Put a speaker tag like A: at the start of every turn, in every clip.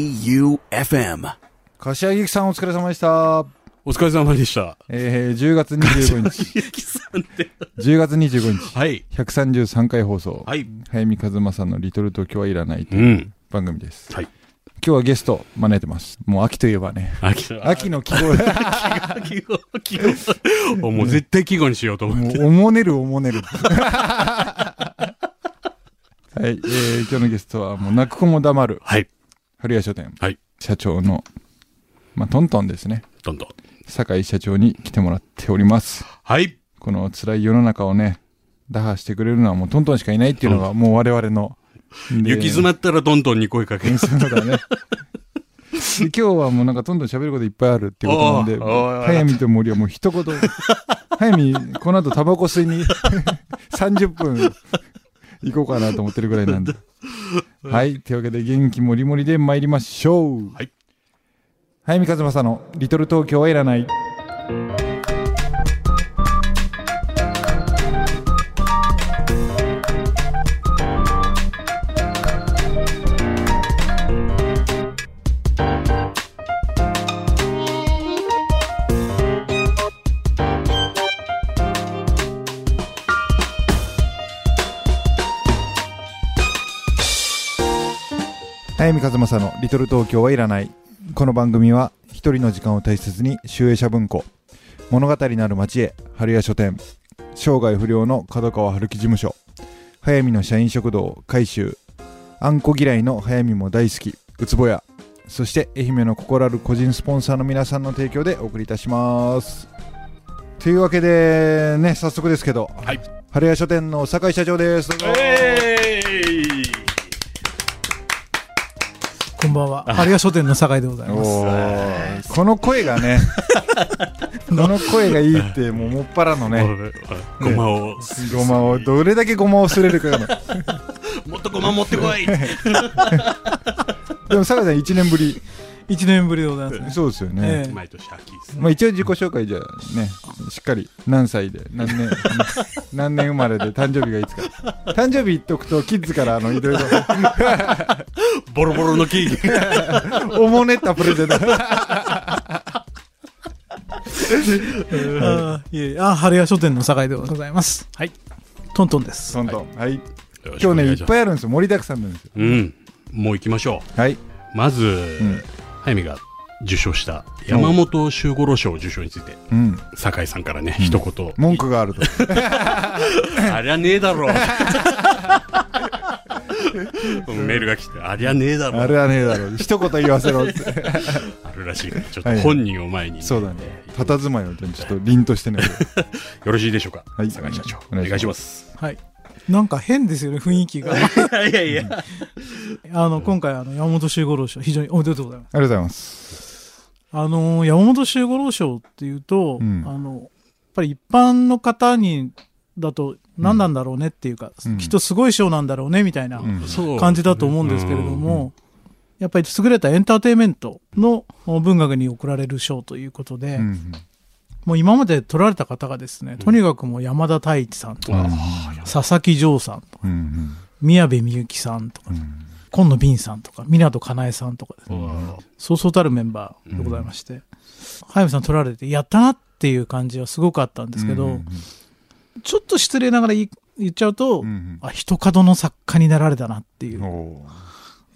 A: J-O-E-U-F-M
B: 柏木さんお疲れ様でした。
C: お疲れ様でした。
B: えー、10月25日。
C: ゆきさんって。
B: 10月25日。
C: はい。
B: 133回放送。
C: はい。
B: 早見和正のリトル東京はいらないと
C: う。
B: いうん番組です。
C: はい。
B: 今日はゲスト招いてます。もう秋といえばね。
C: 秋の、
B: 秋の季 語。
C: 秋の、秋の。もう絶対季語にしようと思
B: も
C: って。
B: う、おもねるおもねる。 はい、えー、今日のゲストは、もう泣く子も黙る、
C: はい。
B: 春屋書店、
C: はい
B: 社長の、まあ、トントンですね。
C: どんどん。
B: 酒井社長に来てもらっております。
C: はい。
B: この辛い世の中をね、打破してくれるのはもうトントンしかいないっていうのがもう我々の。で
C: 行き詰まったらどんどんに声かけ。
B: そう だからね。で今日はもうなんかどんどん喋ることいっぱいあるっていうことなんで、
C: おーおー
B: 早見と森はもう 一言、早見、この後タバコ吸いに 30分行こうかなと思ってるぐらいなんで。はい。というわけで元気もりもりで参りましょう。
C: はい。
B: 早見和正のリトル東京はいらない。早見和正の「リトル東京はいらない」この番組は一人の時間を大切に集英社文庫物語なる町へ春屋書店生涯不良の角川春樹事務所早見の社員食堂改修あんこ嫌いの早見も大好きうつぼやそして愛媛の心ある個人スポンサーの皆さんの提供でお送りいたしますというわけでね早速ですけど、
C: はい
B: 春屋書店の酒井社長ですどうぞ
C: えーい
D: こんばんは。春屋書店の酒井でございま
B: おーこの声が ねこの声がいいってもうもっぱらのね
C: ごまを。
B: ごまをどれだけごまをすれるかの
C: もっとごま持ってこい
B: でも酒井さん1年ぶり
D: す。1年ぶりでございますね。
B: そうですよね、
D: ええ
C: 毎年秋ですね。
B: まあ、一応自己紹介じゃあねしっかり何歳で何年何年生まれで誕生日がいつか誕生日言っとくとキッズからあのいろいろ
C: ボロボロのケーキ。
B: おもねったプレゼント
D: あーいえいえあ、春屋書店の酒井でございます。はい。トントンです。
B: トントンはい今日ねいっぱ
C: い。
B: いあるんですよ盛りだくさんなんですよ
C: うん。もう行きましょ。
B: はいう
C: まず
B: ん、
C: 早見が受賞した山本周五郎賞受賞について、
B: うん
C: 酒井さんからね、一言。
B: 文句があると
C: ありゃねえ だろメールが来て、ありゃねえだろ
B: あれはねえだろう一言言わせろって
C: あるらしいからちょっ
B: はい
C: と
B: はい
C: 本人を前に、
B: そうだね。佇まいをちょっと凛としてね。
C: よろしいでしょうか、
B: はい
C: 坂井社長、
B: お
C: お
B: 願
C: 願
B: いします
C: いします。
D: はい。なんか変ですよね、雰囲気が。
C: いやいやいや、
D: あの、今回、あの、山本周五郎賞、非常におめでとうございます。
B: ありがとうございます。
D: あのー、山本周五郎賞っていうと、
B: うん
D: あの、やっぱり一般の方に、だと、何なんだろうねっていうか、
B: うん
D: きっとすごい賞なんだろうね、みたいな
B: うん
C: そう
D: 感じだと思うんですけれども、やっぱり優れたエンターテインメントの文学に贈られる賞ということで、
B: うん
D: もう今まで取られた方がですね、とにかくもう山田太一さんと
B: うん
D: か、佐々木城さんとか、
B: うん
D: 宮部みゆきさんとか、今野敏さんとか、湊かなえさんとかですね、そうそうたるメンバーでございまして、早見さん取られて、やったなっていう感じはすごくあったんですけど、
B: うん
D: ちょっと失礼ながら言い言っちゃうと、
B: うん
D: あ、一角の作家になられたなっていうう、
B: んおー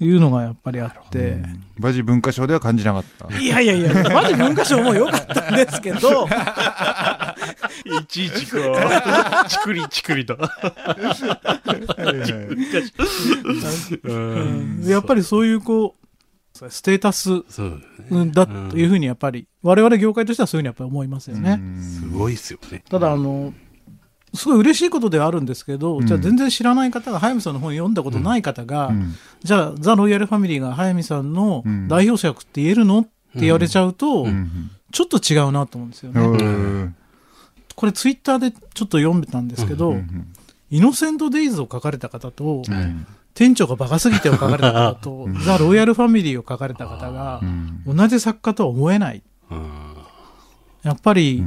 D: いうのがやっぱりあって、
B: バジ文化賞では感じなかった。
D: いやいやいや、マジ文化賞も良かったんですけど、
C: いちいちこう、 チクリチクリと。うん
D: やっぱりそういうこう、ステータス
C: そう
D: うんだというふうにやっぱり、我々業界としてはそういうふうにやっぱり思いますよね。
C: すごいですよね。
D: ただ、あの、すごい嬉しいことではあるんですけど、じゃあ全然知らない方が、速水さんの本読んだことない方が、
B: ん
D: じゃあ、ザ・ロイヤルファミリーが速水さんの
B: うん
D: 代表作って言えるのって言われちゃうと、
B: うん
D: ちょっと違うなと思うんですよ
B: う
D: ね。
B: ん
D: これツイッターでちょっと読んでたんですけど、イノセント・デイズを書かれた方と、店長がバカすぎてを書かれた方と、ザ・ロイヤルファミリーを書かれた方が、同じ作家とは思えない。やっぱり、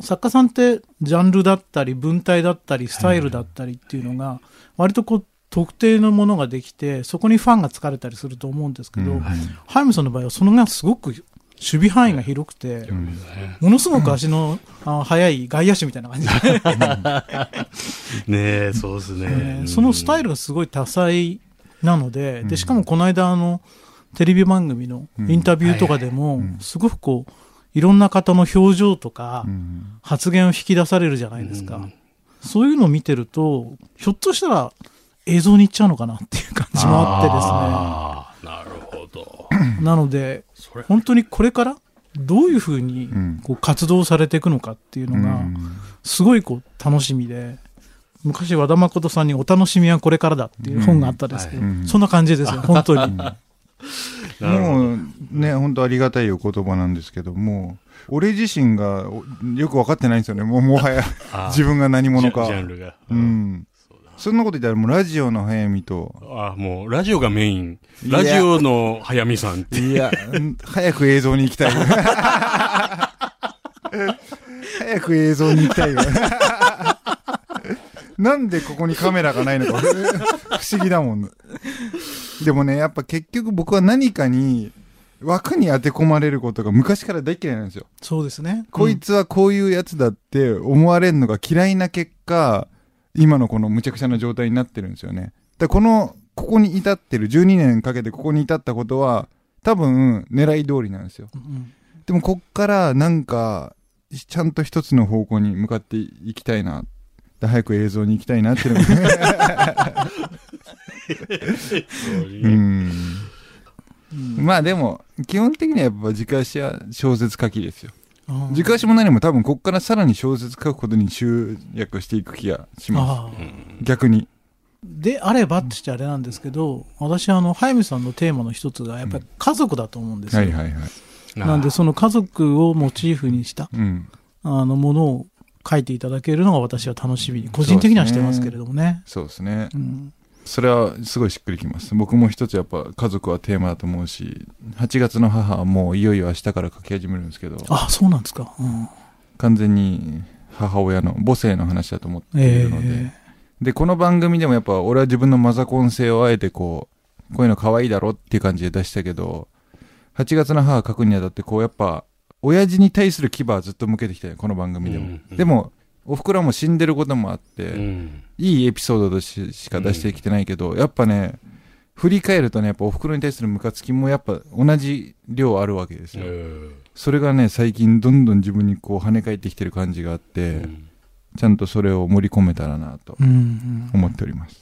D: 作家さんってジャンルだったり文体だったりスタイルだったりっていうのが割とこう特定のものができて、そこにファンが疲れたりすると思うんですけど、
B: うん
C: はい
D: ハイムさんの場合はそのがすごく守備範囲が広くて、ものすごく足のあ速い外野手みたいな感じで、
C: ねえ、そうですね、
D: えーそのスタイ
C: ル、
D: ルがすごい多彩なので、
B: うん
D: で、しかもこの間あの、テレビ番組のインタビューとかでも
B: うん、
D: すごくこう、いろんな方の表情とか、
B: うん
D: 発言を引き出されるじゃないですか。そういうのを見てると、ひょっとしたら映像に行っちゃうのかなっていう感じもあっ
C: ああ、なるほど。
D: てですね。なので、
C: それ
D: 本当にこれからどういうふうに
B: うん
D: こう活動されていくのかっていう
B: う
D: のが、
B: ん
D: すごいこう楽しみで、昔和田誠さんにお楽しみはこれからだっていう本があったんですけど、
B: うんはいうん
D: そんな感じですよ、本当に。
C: なるほど
B: もうね、本当ありがたいお言葉なんですけども、俺自身がおよく分かってないんですよね、もうもはや
C: あー
B: 自分が何者か
C: ジャ。ジャンルが。
B: うん。そんなこと言ったら、もうラジオの早見と、
C: ああ、もう、ラジオがメイン。ラジオの早見さんって。
B: いや、早く映像に行きたい。早く映像に行き たいよ。なんでここにカメラがないのか不思議だもん。でもね、やっぱ結局僕は何かに枠に当て込まれることが昔から大嫌いなんですよ。
D: そうですね。
B: こいつはこういうやつだって思われるのが嫌いな結果、今のこのむちゃくちゃな状態になってるんですよね。だからこの、ここに至ってる、12年かけてここに至ったことは、多分狙い通りなんですよ。
D: うん、うん
B: でもこっからなんか、ちゃんと一つの方向に向かっていきたいな。で早く映像に行きたいなっていうの がうん。
D: うん
B: まあでも、基本的にはやっぱ自家しは小説書きですよ。
D: あー
B: 自家しも何も多分こっからさらに小説書くことに集約していく気がします。
D: あー
B: 逆に。
D: であればって言っちゃあれなんですけど、私あの早見さんのテーマの一つがやっぱり家族だと思うんですよ、
B: はいはいはい。
D: なんでその家族をモチーフにした
B: うん。
D: あのものを書いていただけるのが私は楽しみに個人的にはしてますけれどもね
B: そうですね。
D: うん
B: それはすごいしっくりきます。僕も一つやっぱ家族はテーマだと思うし、8月の母はもういよいよ明日から書き始めるんですけど、
D: あそうなんですか、うん
B: 完全に母親の母性の話だと思ってい
D: え
B: るので、で、この番組でもやっぱ俺は自分のマザコン性をあえてこう、こういうの可愛いだろっていう感じで出したけど、8月の母書くにあたってこうやっぱ、親父に対する牙はずっと向けてきたよ、この番組でも。
C: うんうん
B: でも、おふくろはもう死んでることもあって、
C: うん。
B: いいエピソードとししか出してきてないけど、やっぱね、振り返るとね、やっぱお袋に対するムカつきもやっぱ同じ量あるわけですよ。それがね、最近どんどん自分にこう跳ね返ってきてる感じがあって、ちゃんとそれを盛り込めたらなと
D: うんうん
B: 思っております。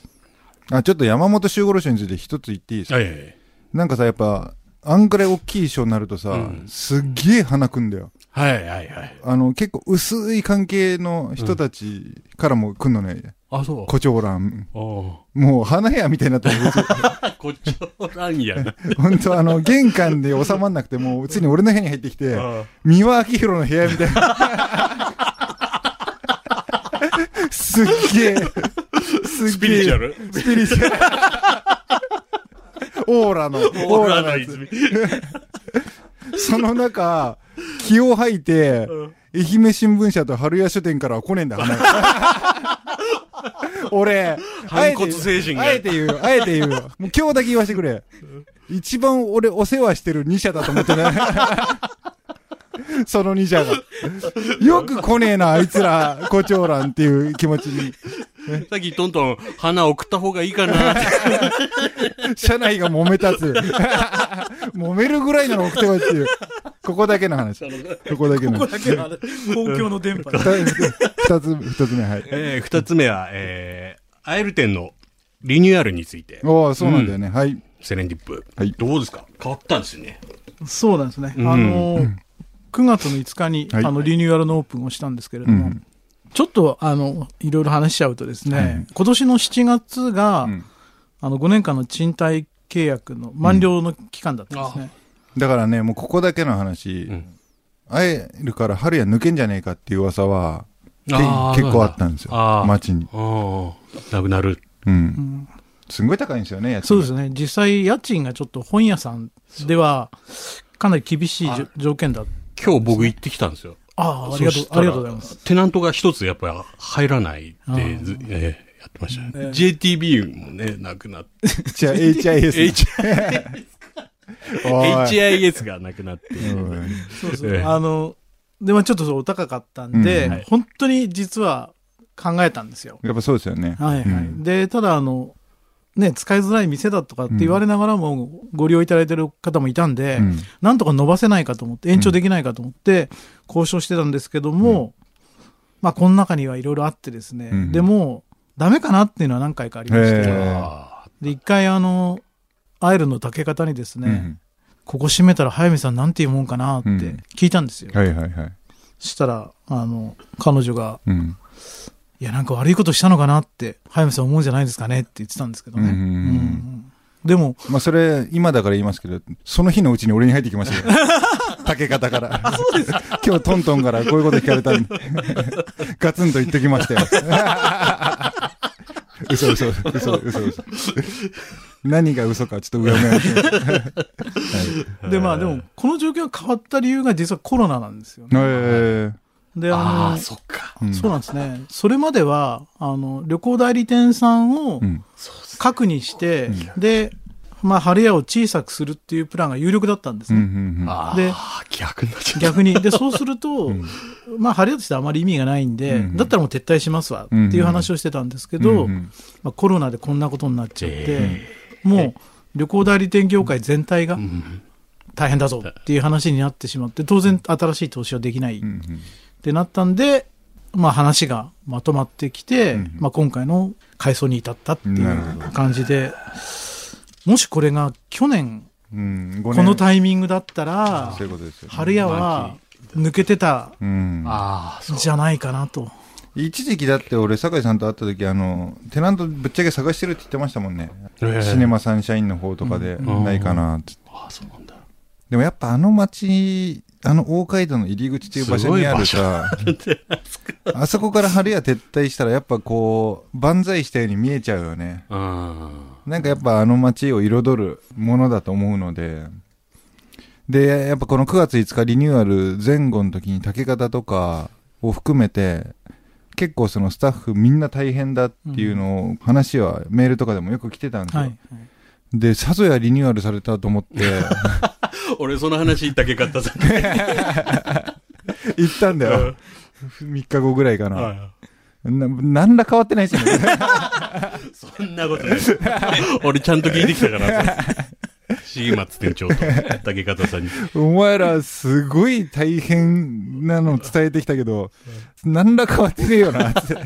B: あ、ちょっと山本修五郎賞について一つ言っていいですか、
C: はいはいはい。
B: なんかさ、やっぱ、あんくらい大きい賞になるとさ、
C: うん
B: すっげえ鼻くんだよ。
C: はいはいはい。
B: あの、結構薄い関係の人たちからも来んのね、
C: あ、そう。
B: 胡蝶蘭。
C: こ
B: もう花屋みたいになってる。
C: あこっちの欄やな。
B: 本当あの、玄関で収まんなくて、もう、ついに俺の部屋に入ってきて、
C: あ
B: 三輪明宏の部屋みたいな。 すっげえ。
C: あ
B: ス
C: スピリチュア。ル
B: スピリチュアル。 オーラの、
C: オ
B: オー
C: ー
B: ラ
C: ラ
B: の
C: の
B: やつ。
C: 泉。
B: その中、気を吐いて、
C: うん
B: 愛媛新聞社と春屋書店からは来ねえんだ、 花屋俺、
C: 反骨精神が
B: あえて言うよ、あえて言うよ。もう今日だけ言わせてくれ。一番俺お世話してる2社だと思ってね。 その2社が。よく来ねえな、あいつら、胡蝶蘭っていう気持ちに。
C: さっきトントン、花送った方がいいかなって。
B: 社内が揉めたつ。 揉めるぐらいなら送ってこいっていう。ここだけの話。ここだけの
D: ここ
B: 話。
D: だけはあれ公共の電波で
B: 二つ、二つ目、はい。
C: えー、二つ目は、えー、アイル店のリニューアルについて、
B: おおそうなんだよね。はい。
C: セレンディップ。
B: はい
C: どうですか変わったんですよね。
D: そうなんですね、
C: うん
D: あの9月の5日に、
B: はい
D: あのリニューアルのオープンをしたんですけれ
B: う
D: ども、
B: ん。
D: ちょっとあのいろいろ話しちゃうとですね、
B: はい
D: 今年の7月が、
B: うん
D: あの5年間の賃貸契約の満了の期間だったんですね。
B: だからね、もうここだけの話、
C: ん
B: 会えるから春夜抜けんじゃねえかっていう噂は、け
C: あー
B: 結構あったんですよ
C: そうなんだあ。ー
B: 街に。
C: ああ、なくなる。
B: う。
D: うんん
B: すんごい高いんですよね、家賃
D: そうですね。実際家賃がちょっと本屋さんではかなり厳しいじょ条件だ。
C: 今日僕行ってきたんですよ。
D: ああ、ありがと
C: そうし、た
D: あ
C: ら
D: りがとうございます。。
C: テナントが一つやっぱり入らない
D: あ
C: で
D: ー
C: ず、えーやってましたね。
D: ええ
C: JTB もね、なくなって。
B: じゃあ HIS。
C: H-
B: おい
C: HIS がなくなって。
B: うん
D: そうそう。
C: ええ
D: あの、で、まあちょっとそうお高かったんで、
B: うん
C: はい
D: 本当に実は考えたんですよ。
B: やっぱそうですよね。
D: はいはい。
B: うん
D: で、ただあの、ね、使いづらい店だとかって言われながらもご利用いただいてる方もいたんで、
B: うん
D: なんとか伸ばせないかと思って、延長できないかと思って、交渉してたんですけども、まあ、この中にはいろいろあってですね、
B: うん
D: でも、ダメかなっていうのは何回かありまし
B: へ
D: て、
B: え
C: ああ
D: で、一回あの、アイルの竹方にですね、
B: うん
D: ここ閉めたら早見さんなんていうもんかなって
B: うん
D: 聞いたんですよ。
B: はいはいはい。
D: そしたら、あの、彼女が、
B: うん
D: いや、なんか悪いことしたのかなって、早見さん思うんじゃないですかねって言ってたんですけどね。
B: うんうんうん
D: んでも、
B: まあそれ、今だから言いますけど、その日のうちに俺に入ってきましたよ。竹方から。今日トントンからこういうこと聞かれたんで、ガツンと言ってきましたよ。嘘嘘嘘嘘嘘嘘。何が嘘かちょっとうやむやですね
D: で、まあでも、この状況が変わった理由が実はコロナなんですよね。
B: え
D: で、
C: あ
D: あ
C: あ、
D: の、
C: そっか。
B: えうん
D: そうなんですね。それまでは、あの、旅行代理店さんを
B: うん
C: そうっすね
D: 核にして、で、まあ、晴れ屋を小さくするっていうプランが有力だったんです
B: うん
D: ね。
B: うんうん
C: あ
D: で
C: あ、逆になっちゃった。
D: 逆に。で、そうすると、 まあ、晴れ屋としてあまり意味がないんで、
B: うん
D: だったらもう撤退しますわ、っていう話をしてたんですけど、
B: うんうん
D: まあ、コロナでこんなことになっちゃって、
C: え
D: もう、旅行代理店業界全体が
C: うん
D: 大変だぞっていう話になってしまって、当然新しい投資はできない
B: うんうん
D: ってなったんで、まあ、話がまとまってきて、
B: ん
D: まあ、今回の改装に至ったってい
B: なるほ
D: う感じで、もしこれが去年、
B: うんこ
D: このタイミングだったら
B: そう、いうことですよね。
D: 春屋は抜けてた
B: うん
C: ああ、そう。
D: じゃないかなと。
B: 一時期だって俺、酒井さんと会った時、あの、テナントぶっちゃけ探してるって言ってましたもんね。
C: ええ
B: シネマサンシャインの方とかで、
C: ん
B: ないかなって。
C: ああ、そうなんだ。
B: でもやっぱあの街、あの大街道の入り口っていう場所にあるさ、あそこから春屋撤退したらやっぱこう、万歳したように見えちゃうよね。
C: うん。
B: なんかやっぱあの街を彩るものだと思うので、で、やっぱこの9月5日リニューアル前後の時に竹方とかを含めて、結構そのスタッフみんな大変だっていうのを話はメールとかでもよく来てたんですよ。
D: はい。
B: で、さぞやリニューアルされたと思って、
C: 俺、その話言ったけ方さ。
B: 行ったんだよ。3日後ぐらいかな。
C: は
B: な何ら変わっ てないですよね。
C: いそんなことない。 俺、ちゃんと聞いてきたから。シーマツ店長と竹方さんに。
B: お前らすごい大変なの伝えてきたけど、何ら変わってねえ よなって。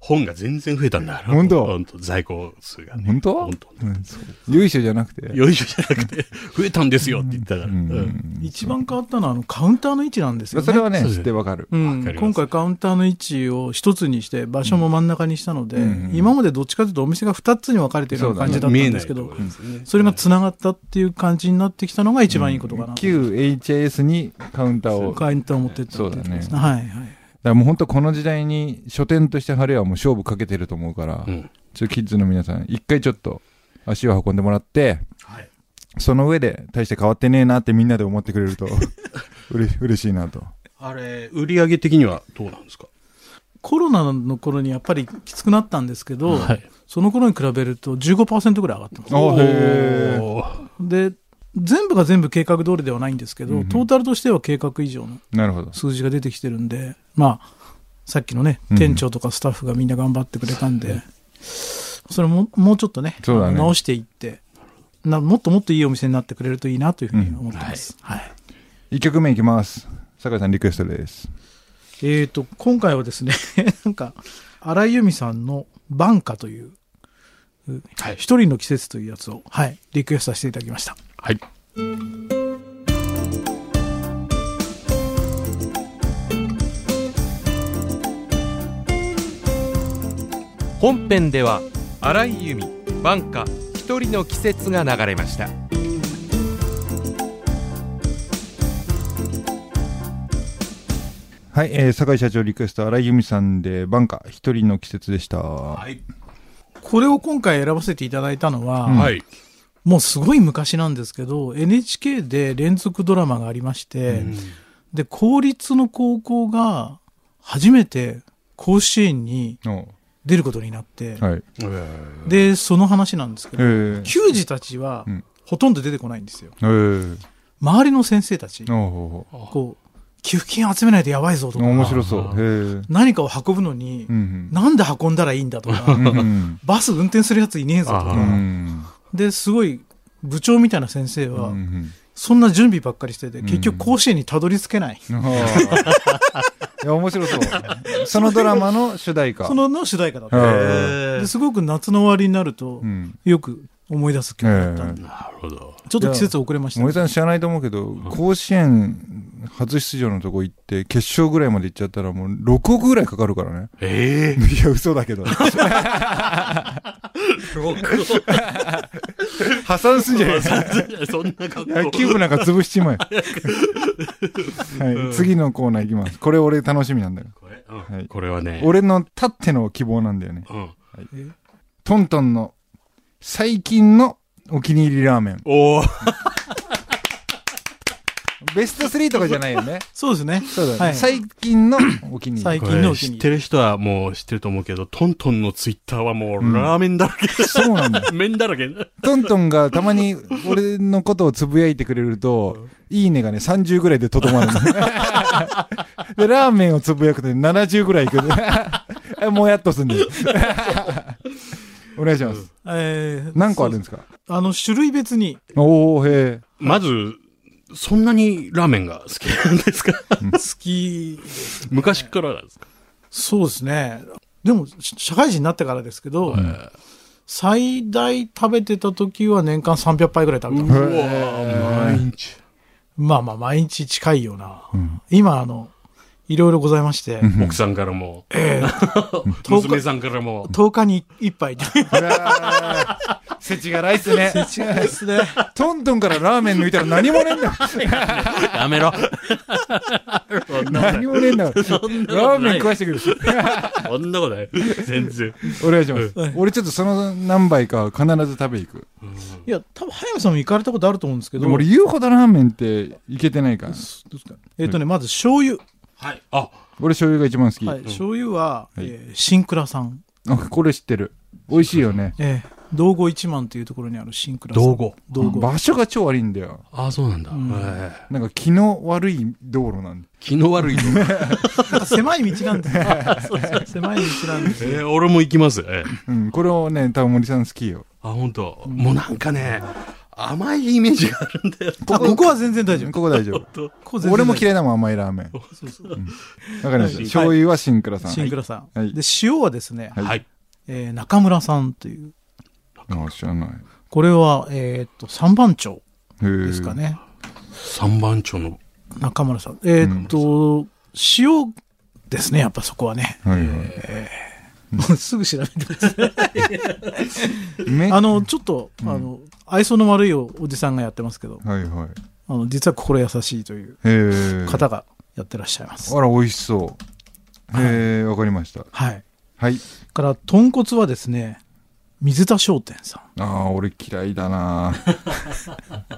C: 本が全然増えたんだから。
B: 本当
C: 在庫数がね。
B: 本当
C: 本当
B: うん、よいしょじゃなくて。
C: よいしょじゃなくて、増えたんですよって言ったから。う
B: うん
C: ん
D: 一番変わったのは、あの、カウンターの位置なんですよね。
B: それはね、
C: そうです
B: 知ってわかる。
D: う
C: わか
D: ん
C: り、ます
D: 今回カウンターの位置を一つにして場所も真ん中にしたので、
B: うん
D: 今までどっちかというとお店が二つに分かれてるような感じだったん
C: 見え
D: で
C: ない
D: すけど、
C: ところですね
D: それが繋がったっていう感じになってきたのが一番いいことかな。
B: 旧 HIS にカウンターを。だか
D: カウンターを持ってったっていうことですね。はいはい。
B: らもう本当この時代に書店として春屋はもう勝負かけてると思うから、
C: うん
B: ちょっとキッズの皆さん、一回ちょっと足を運んでもらって、
C: はい
B: その上で大して変わってねえなってみんなで思ってくれ ると、うれ嬉しいなと。
C: あれ、売り上げ的にはどうなんですか
D: コロナの頃にやっぱりきつくなったんですけど、
C: はい
D: その頃に比べると15%ぐらい上がってます。
B: あへえ。
C: おー
D: で、全部が全部計画通りではないんですけど、
B: うんうん
D: トータルとしては計画以上の
B: なるほど。
D: 数字が出てきてるんで、まあ、さっきのね
B: う、ん
D: 店長とかスタッフがみんな頑張ってくれたんで、それももうちょっとね、
B: そうだね
D: 直していってな、もっともっといいお店になってくれるといいなというふうに思ってます。はい
B: 一曲目いきます。酒井さんリクエストです。
D: えー、と、今回はですね、 なんか、荒井由実さんの晩夏という、う
C: はい
D: 一人の季節というやつを、はい、リクエストさせていただきました。
C: はい。
A: 本編では荒井由実晩夏一人の季節が流れました
B: はい、えー、酒井社長リクエスト、荒井由実さんで、晩夏、一人の季節でした。
C: い。
D: これを今回選ばせていただいたのは、
C: はい。
D: もうすごい昔なんですけど、NHK で連続ドラマがありまして、で、公立の高校が初めて甲子園に
B: おう
D: 出ることになって、
B: はい。
C: で、
D: で、その話なんですけ
B: え
D: ど、
B: ー、
D: 球児たちは
B: うん
D: ほとんど出てこないんですよ。
B: えー、
D: 周りの先生た
B: お
D: ち、
B: ー
D: こう、寄付金集めないとやばいぞとか、
B: 面白そう。へえー。
D: 何かを運ぶのに
B: う、ん
D: なんで運んだらいいんだとか
B: う、ん。うん
D: バス運転するやついねえぞと
B: う
D: か。
B: ん。
D: で、すごい、部長みたいな先生
B: う
D: は、
B: ん。
D: そんな準備ばっかりしてて、
B: うん
D: 結局甲子園にたどり着けない。
B: あーいや、面白そう。そのドラマの主題歌。
D: そのの主題歌だっ
B: へ
D: た。
B: ー
D: ですごく夏の終わりになると
B: う、ん。
D: よく思い出す曲だったんで、
C: なるほど。
D: ちょっと季節遅れました
B: 森
D: ね。
B: さん知らないと思うけど、甲子園初出場のとこ行って、決勝ぐらいまで行っちゃったらもう6億ぐらいかかるからね。
C: ええ
B: いや、嘘だけど。破産すんじゃないですか。
C: そんな格
B: 野球部なんか潰しち まえ。はい、次のコーナー行きます。これ俺楽しみなんだよ。
C: これ、うん
B: はい
C: これはね、
B: 俺のたっての希望なんだよね。
C: うん、
B: トントンの最近のお気に入りラーメン。
C: おお、
B: ベスト3とかじゃないよね。
D: そうですね。
B: そうだよね。
D: はい
B: 最近のお気に入り。
D: 最
C: こ
D: 近の
C: れ
D: うち
C: 知っ
D: に。
C: てる人はもう知ってると思うけど、トントンのツイッターはもうラーメンだらけ、
B: そうなんだよ。
C: 麺だらけ。
B: トントンがたまに俺のことをつぶやいてくれると、いいねがね、30ぐらいでとどまるので、ラーメンをつぶやくとね70ぐらいいく。 もやっとすんで。お願いします。
D: えー
B: 何個あるんですか
D: そうあの、種類別に、
B: おー、へ
C: まず、そんなにラーメンが好きなんですか
D: 好き、
C: 昔からなんですか
D: そうですね。でも、し社会人になってからですけど、最大食べてた時は年間300杯ぐらい食べた
B: え。へ
D: の。
C: わ
B: え
C: 毎日。
D: まあまあ、毎日近いような。
B: ん
D: 今、あの、いろいろございまして、
C: 奥さんからも、
D: えー
C: 娘さんからも、
D: 10日に1杯って。
B: これは世知がないっすね。
D: ですね。
B: トントンからラーメン抜いたら何もねえんだよ。
C: やめろ。
B: 何もねえんだよ。ラーメン食わしてくる。
C: そんなことない。全然。
B: お願いします
D: うん。
B: 俺ちょっとその何杯か必ず食べ行く。
D: いや、多分、早見さんも行かれたことあると思うんですけ
B: で
D: ど、
B: も俺言うほどラーメンっていけてないから。
D: えっ、とね、まず醤油。
C: はい。あ、
B: 俺醤油が一番好き。
D: はい、醤油は、
B: はい
D: えーシンクラさん。
B: あ、これ知ってる。美味しいよね。
D: えー道後一万というところにあるシンクラさん。
C: 道後
D: 道後。
B: 場所が超悪いんだよ。
C: あ、そうなんだ。
D: ん
C: ええ
B: なんか気の悪い道路なんだ。
C: 気の悪いよ。
D: なんか狭い道な んですよ。狭い道なんですよ。
C: ええ俺も行きます。ええ
B: うん、これをね、多分森さん好きよ。
C: あ、本当。もうなんかね、甘いイメージがあるんだよ。
D: あここは全然大丈夫。
B: ここ 大丈夫。
C: と
D: ここ全然大丈夫
B: 俺も嫌いだもん、甘いラーメン。わかりました。
D: はい
B: 醤油はシンクラさん。
D: シンクラさん。
B: はい
D: で、塩はですね、
B: はい
C: はい。
D: えー中村さんという。
B: あ、知らない。
D: これは、えーっと、三番町
B: へー
D: ですか。ね。
C: 三番町の。
D: 中村さん。えーっと、塩ですね、やっぱそこはね。
B: はいはい。
D: すぐ調べて。
B: め
D: あの、ちょっと、あの、愛想の悪いおじさんがやってますけど、
B: はいはい。
D: あの、実は心優しいという
B: へー
D: 方がやってらっしゃいます。
B: あら、美味しそう。へえ、わかりました。
D: はい。
B: はい。
D: から、豚骨はですね、水田商店さん。
B: ああ、俺嫌いだな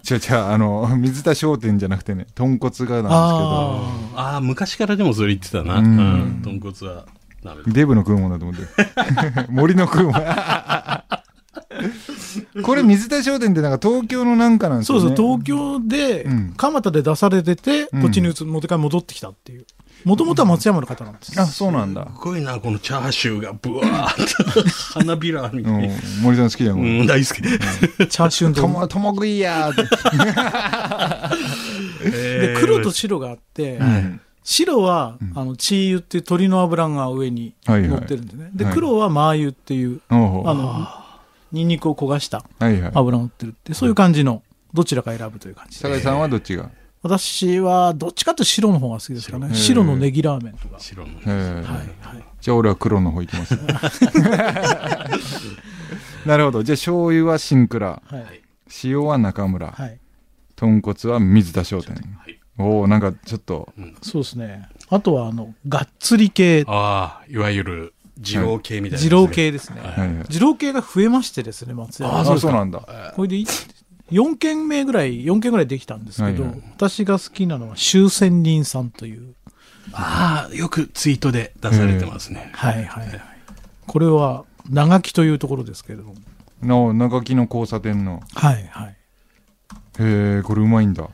B: 違う違う、あの、水田商店じゃなくてね、豚骨がなんで
D: あ
C: ああ、昔からでもそれ言ってたな。
B: う
C: うんん。豚骨は。ダメ
B: すけど、デブの食うもんだと思って る。森の食うもん。これ水田商店ってなんか東京のなんかなん
D: あ。
B: です
D: そ
B: よ
D: うそう、
B: ね。
D: 東京で
B: うん、
D: 蒲田で出されてて、
B: うん
D: こっちに移もう一回戻ってきたっていう。もともとは松山の方なんです。
B: あ、そうなんだ
C: す。ごいな、このチャーシューがブワーっ と。花びらみ
B: う
C: たい
B: ん
C: に。、
B: 森さん好きだよ、
C: う
B: これ
C: ん、大好き。
D: チャーシュー
B: と
D: 丼。
B: も、とも食いやーって。
C: で
D: で、黒と白があって、白は、あの、チー油っていう鶏の油が上に
B: はいはい
D: 乗ってるんですね。で、
B: はい
D: 黒は麻油っていう、
B: おう
D: あの、ニンニクを焦がした
B: はいはい。
D: 油を乗ってるって、そういう感じの、どちらか選ぶという感じで。
B: 酒井さんはどっちが
D: 私は、どっちかというと白の方が好きですかね。
B: 白
D: 白のネギラーメンとか。
C: 白の。
B: へー
D: はい、はい。
B: じゃあ俺は黒の方行き ます。なるほど。じゃあ醤油はシンクラ、
D: はい。
B: 塩は中村、
D: はい。
B: 豚骨は水田商店。
C: はい
B: おおなんかちょっと、
D: そうですね。あとは、あの、がっつり系、
C: ああ、いわゆる、二郎系みたいな。
D: 二郎。系ですね。
B: はいはい
D: 二郎系が増えましてですね、松
B: あ
D: 山。
B: そうなんだ。
D: これでい、4軒目ぐらい、4軒ぐらいできたんですけど、
B: はいはい
D: 私が好きなのは、終戦人さんという。
C: ああ、よくツイートで出されてますね。
D: はいはいはい。これは長木というところですけれども。
B: の長木の交差点の
D: はいはい。
B: へえこれうまいんだ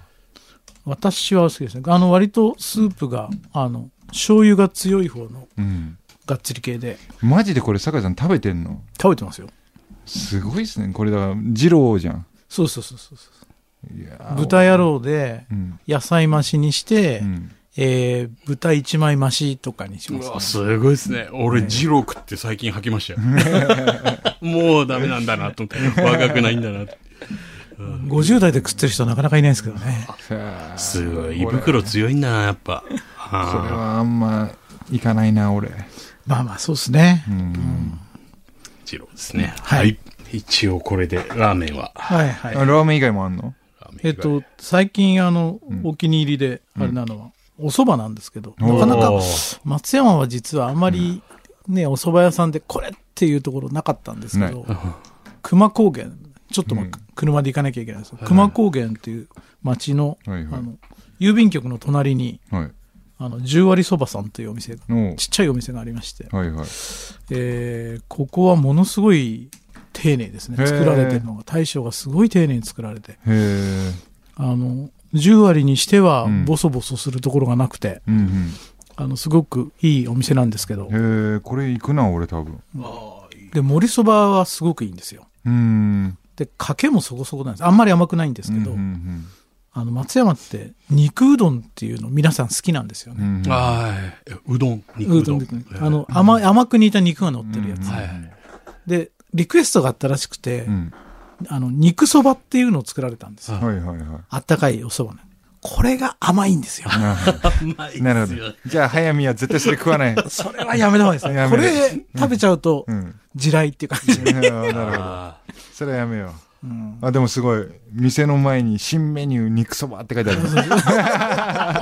D: 私は好きですね。あの、割とスープが、あの、醤油が強い方の
B: うん
D: がっつり系で
B: マジでこれ酒井さん食べてんの
D: 食べてますよ。
B: すごいっすねこれだから二郎じゃん
D: そうそうそうそうそ
B: いや
D: う。
B: ー
D: 豚野郎で
B: うん、
D: 野菜増しにして、
B: うん、
D: えー、豚一枚増しとかにし
C: う
D: ます、
C: わ、すごいですね。俺、ジロー食って最近吐きましたよ。もうダメなんだなと思って。若くないんだなって。
D: 50代で食ってる人はなかなかいないですけどね。
B: さ あ
C: すごい。胃
B: これ
C: 袋強いんだな、やっぱ。
B: これ
C: ああ、
B: はあんまいかないな俺
D: まあまあ、そうですね。
B: うん、
C: ジローですね。
D: はい
C: はい。一応これで、ラーメンは。
D: はいはい。
B: あラーメン以外もあんの
C: ラーメン
D: えっと、最近、あの、
B: うん
D: お気に入りで、あれなのは、お蕎麦なんですけど、
B: お
D: な
B: ー
D: かなか
C: おー、
D: 松山は実はあまり、ね、お蕎麦屋さんでこれっていうところなかったんですけど、熊高原、ちょっと、まあ
B: うん
D: 車で行かなきゃいけないんですよ。熊高原っていう町の、
B: はいは
D: あ
B: い
D: の、郵便局の隣に、
B: はい
D: あの、十割蕎麦さんというお店が、
B: の
D: ちっちゃいお店がありまして、
B: はいはい
D: えーここはものすごい丁寧です
B: へ
D: ね。
B: ー
D: 作られてるのが、大将がすごい丁寧に作られて、
B: へえ
D: あの、10割にしては
B: うん
D: ボソボソするところがなくて、
B: うん
D: あの、すごくいいお店なんですけど、
B: うんへえこれ行くな俺多分
D: で、盛りそばはすごくいいんですよ。
B: うん
D: で、かけもそこそこなんです。あんまり甘くないんですけど、
B: うんうん
D: あの、松山って肉うどんっていうの皆さん好きなんですよ
B: う
D: ね。
B: んうん
C: はい。うどん、肉
D: う
C: う
D: ど
C: ど
D: ん
C: ん
D: ってね。あの、甘い、甘く煮た肉が乗ってるやつ。
C: はい。
D: で、リクエストがあったらしくて、
B: うん
D: あの、肉そばっていうのを作られたんですよ。
B: はいはいは
D: あったかいお蕎麦ね。これが甘いんですよ。
B: いなるほど
C: 甘いっすよ
B: なるほど。じゃあ、早見は絶対それ食 わない。
D: それはやめた方がいいですね。
B: やめ
D: こ
B: る
D: れ食べちゃうと
B: う、ん。
D: 地雷っていう感じ。
B: なるほど。
C: あー
B: それはやめよ
D: うん
B: う。あ、でもすごい。店の前に新メニュー肉そばって書いてあ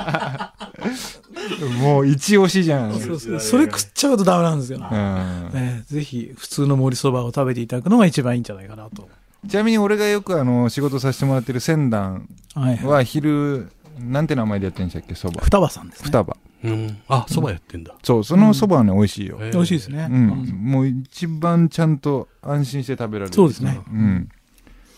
B: る。 もう一押しじゃん。
D: そうそううんそれ食っちゃうとダメなんですよ。
B: うん
D: ねぜひ、普通の盛りそばを食べていただくのが一番いいんじゃないかなと。
B: ちなみに俺がよくあの、仕事させてもらってる仙団
D: はい。
B: は昼、なんて名前でやってんでしたっけ、そば。
D: 双葉さんですね。
B: 双葉。
C: うん。あ、そばやってんだ。。
B: そう、そのそばはね、美味しいよ。
D: 美味しいですすね。
B: うん。もう一番ちゃんと安心して食べられる。
D: そうですね。
B: うん。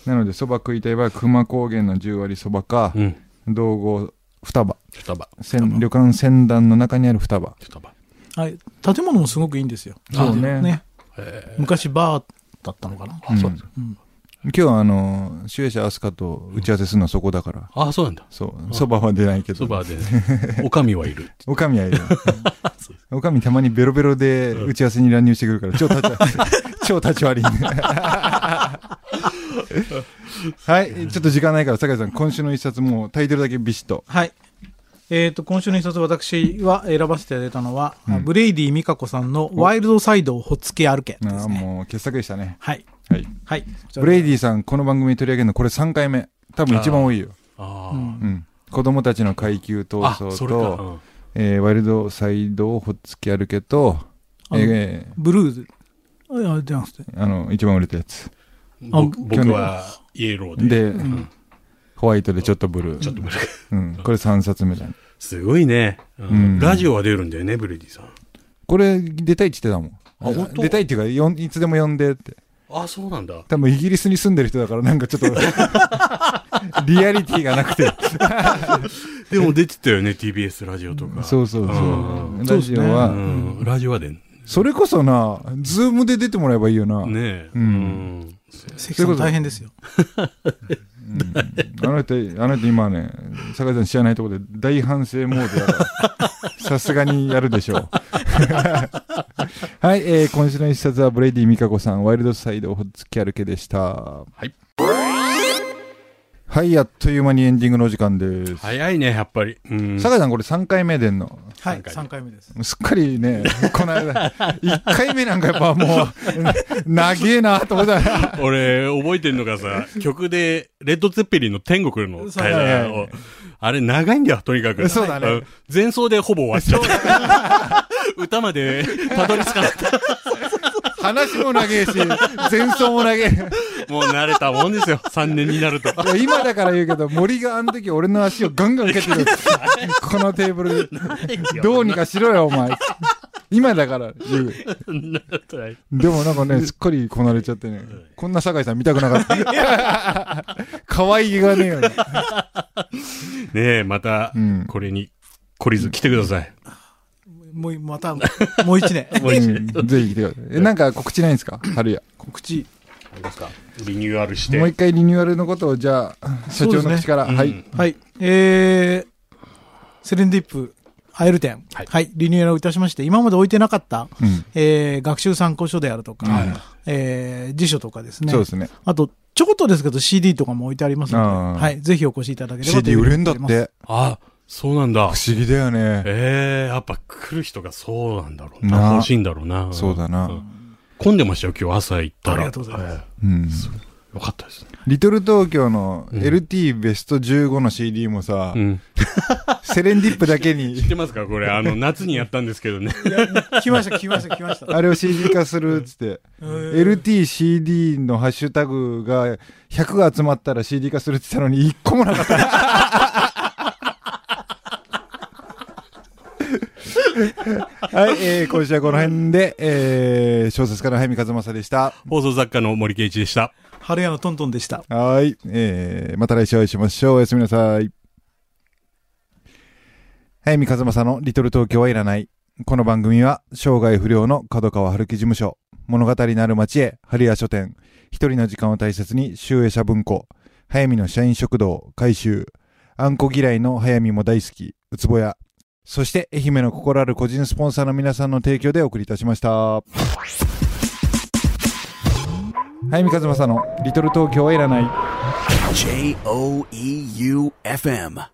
B: なので、そば食いたい場合は、熊高原の10割そばか、
C: うん。
B: 道後双葉
C: 双葉。
B: せん旅館船団の中にある双葉
C: 双葉。
D: はい。建物もすごくいいんですよ。
B: そうね
C: え
D: 昔バーだったのかな。
C: あ、そうなん
B: ん
C: だ。
D: うん
B: 今日はあの主演者飛鳥と打ち合わせするのはそこだから、
C: あ、そうなんだ。
B: そうそばは出ないけ
C: そ
B: ど
C: ばで、おかみはいる。
B: おかみはいるおかみたまにベロベロで打ち合わせに乱入してくるから超立 ち超立ち悪いねはいちょっと時間ないから酒井さん今週の一冊もうタイトルだけビシッと
D: はい。えっ、と、今週の一冊私は選ばせていただいたのは、
B: うん
D: ブレイディ・ミカコさんのワイルドサイドをほっつき歩け
B: あ
D: で
B: ー
D: すね。
B: もう傑作でしたね
D: はい。
B: はい
D: はい。
B: ブレイディさんこの番組に取り上げるのこれ3回目多分一番多いよ、
C: あ
D: う
C: ー
D: ん
B: うん、子供たちの階級闘
C: あ。
B: 争
C: それか。
B: と
C: うん
B: えーワイルドサイドをほっつき歩けと、
D: あの
B: え
D: ブルーズ。あいや、じゃなくて。
B: ーあの、一番売れたやつ。
D: あ
C: 僕僕はイエローで。
B: で、
D: ん
B: ホワイトでちょっとブルー。
C: ちょっとブルー
B: うん、これ3冊目だね。
C: すごいね、
B: ん
C: ラジオは出るんだよね、ブレディさん。
B: これ、出たいって言ってたもん。
C: あ本当
B: 出たいっていうかよん、いつでも呼んでって。
C: あ、そうなんだ。
B: 多分イギリスに住んでる人だからなん かちょっと、リアリティがなくて。
C: でも出てたよね、TBS ラジオとか。
B: そうそう
C: う
B: そ
C: ん
B: う。ラジオ
C: う
B: は、
C: ん、ラジオは出ん。
B: それこそな、ズームで出てもらえばいいよな。
C: ねえ。
B: う
C: うんん。
D: 関さん大変ですよ。
B: あの人、あの人今ね、酒井さん知らないところで大反省モードだ から、さすがにやるでしょう。 はい、えー今週の一冊はブレイディ・ミカコさん、ワイルドサイドをほっつき歩けでした。はい。はい、あっという間にエンディングのお時間です。
C: 早いね、やっぱり。うん。
B: 酒井さんこれ3回目出んの
D: はい。
C: 三回目
D: 3回目です。
B: すっかりね、この間、1回目なんかやっぱも う、長えなと思ったら、
C: 俺、覚えてんのがさ、曲で、レッド・ツェッペリンの天国の対談
B: そう
C: を、あれ長いんだよ、とにかく。
B: そうだね
C: ん。前奏でほぼ終わっちゃった。 歌まで、たどり着かなかっ
B: 話も長えし、前奏も長え。
C: た。もう慣れたもんですよ、3年になると。
B: いや今だから言うけど、森があの時俺の足をガンガン蹴ってる。このテーブルで。どうにかしろよ、お前。今だから言う。
C: そんなことない。
B: でもなんかね、すっかりこなれちゃってね。こんな酒井さん見たくなかった。可愛げがねえよね。
C: ねえ、また
B: うん、
C: これに、懲りず来てください。
D: もう、また、もう 一年。
C: もう一年。
B: うんぜひ来てください。え、なんか告知ないんですか春や。
D: 告知。
C: ありますかリニューアルして。
B: もう一回リニューアルのことを、じゃあ、社長の口から。
C: うん
B: はい。
D: はい。えー、セレンディップ、アイル店。
C: は
D: はいい、リニューアルをいたしまして、今まで置いてなかった、
B: うん
D: えー、学習参考書であるとか、
B: はい
D: えー、辞書とかですね。
B: そうですね。
D: あと、ちょこっとですけど CD とかも置いてありますの
B: あー
D: で、はい。ぜひお越しいただければ
B: CD 売れんだっ
D: というふうに思い
B: て。
C: あ、そうなんだ
B: 不。思議だよね。
C: ええやっぱ来る人がそうなんだろう
B: な
C: な。
B: あ
C: 欲しいんだろうな。
B: そうだな
C: うん。混んでましたよ、今日朝行ったら。
D: ありがとうございます
C: え
B: うん。
C: えよかったですね。
B: リトル東京の
C: うん
B: LT ベスト15の CD もさ
C: う、ん。
B: セレンディップだけに
C: 知っ、てますかこれ、あの、夏にやったんですけどね。
D: ます。来ました、来ました、来ました。
B: あれを CD 化するっつって、
D: えー
B: LTCD のハッシュタグが100が集まったら CD 化するって言ったのに1個もなかった。 はい、えー、今週はこの辺で、えー、小説家の早見和正でした。
C: 放送作家の森圭一でした。
D: 春屋のトントンでした。
B: はい。えー、また来週お会いしましょう。おやすみなさい。早見和正のリトル東京はいらない。この番組は、生涯不良の角川春樹事務所、物語なる街へ、春屋書店、一人の時間を大切に、集英社文庫、早見の社員食堂、改修、あんこ嫌いの早見も大好き、うつぼや、そして愛媛の心ある個人スポンサーの皆さんの提供でお送りいたしました。早見和正のリトル東京はいらない。
E: J O E U F M.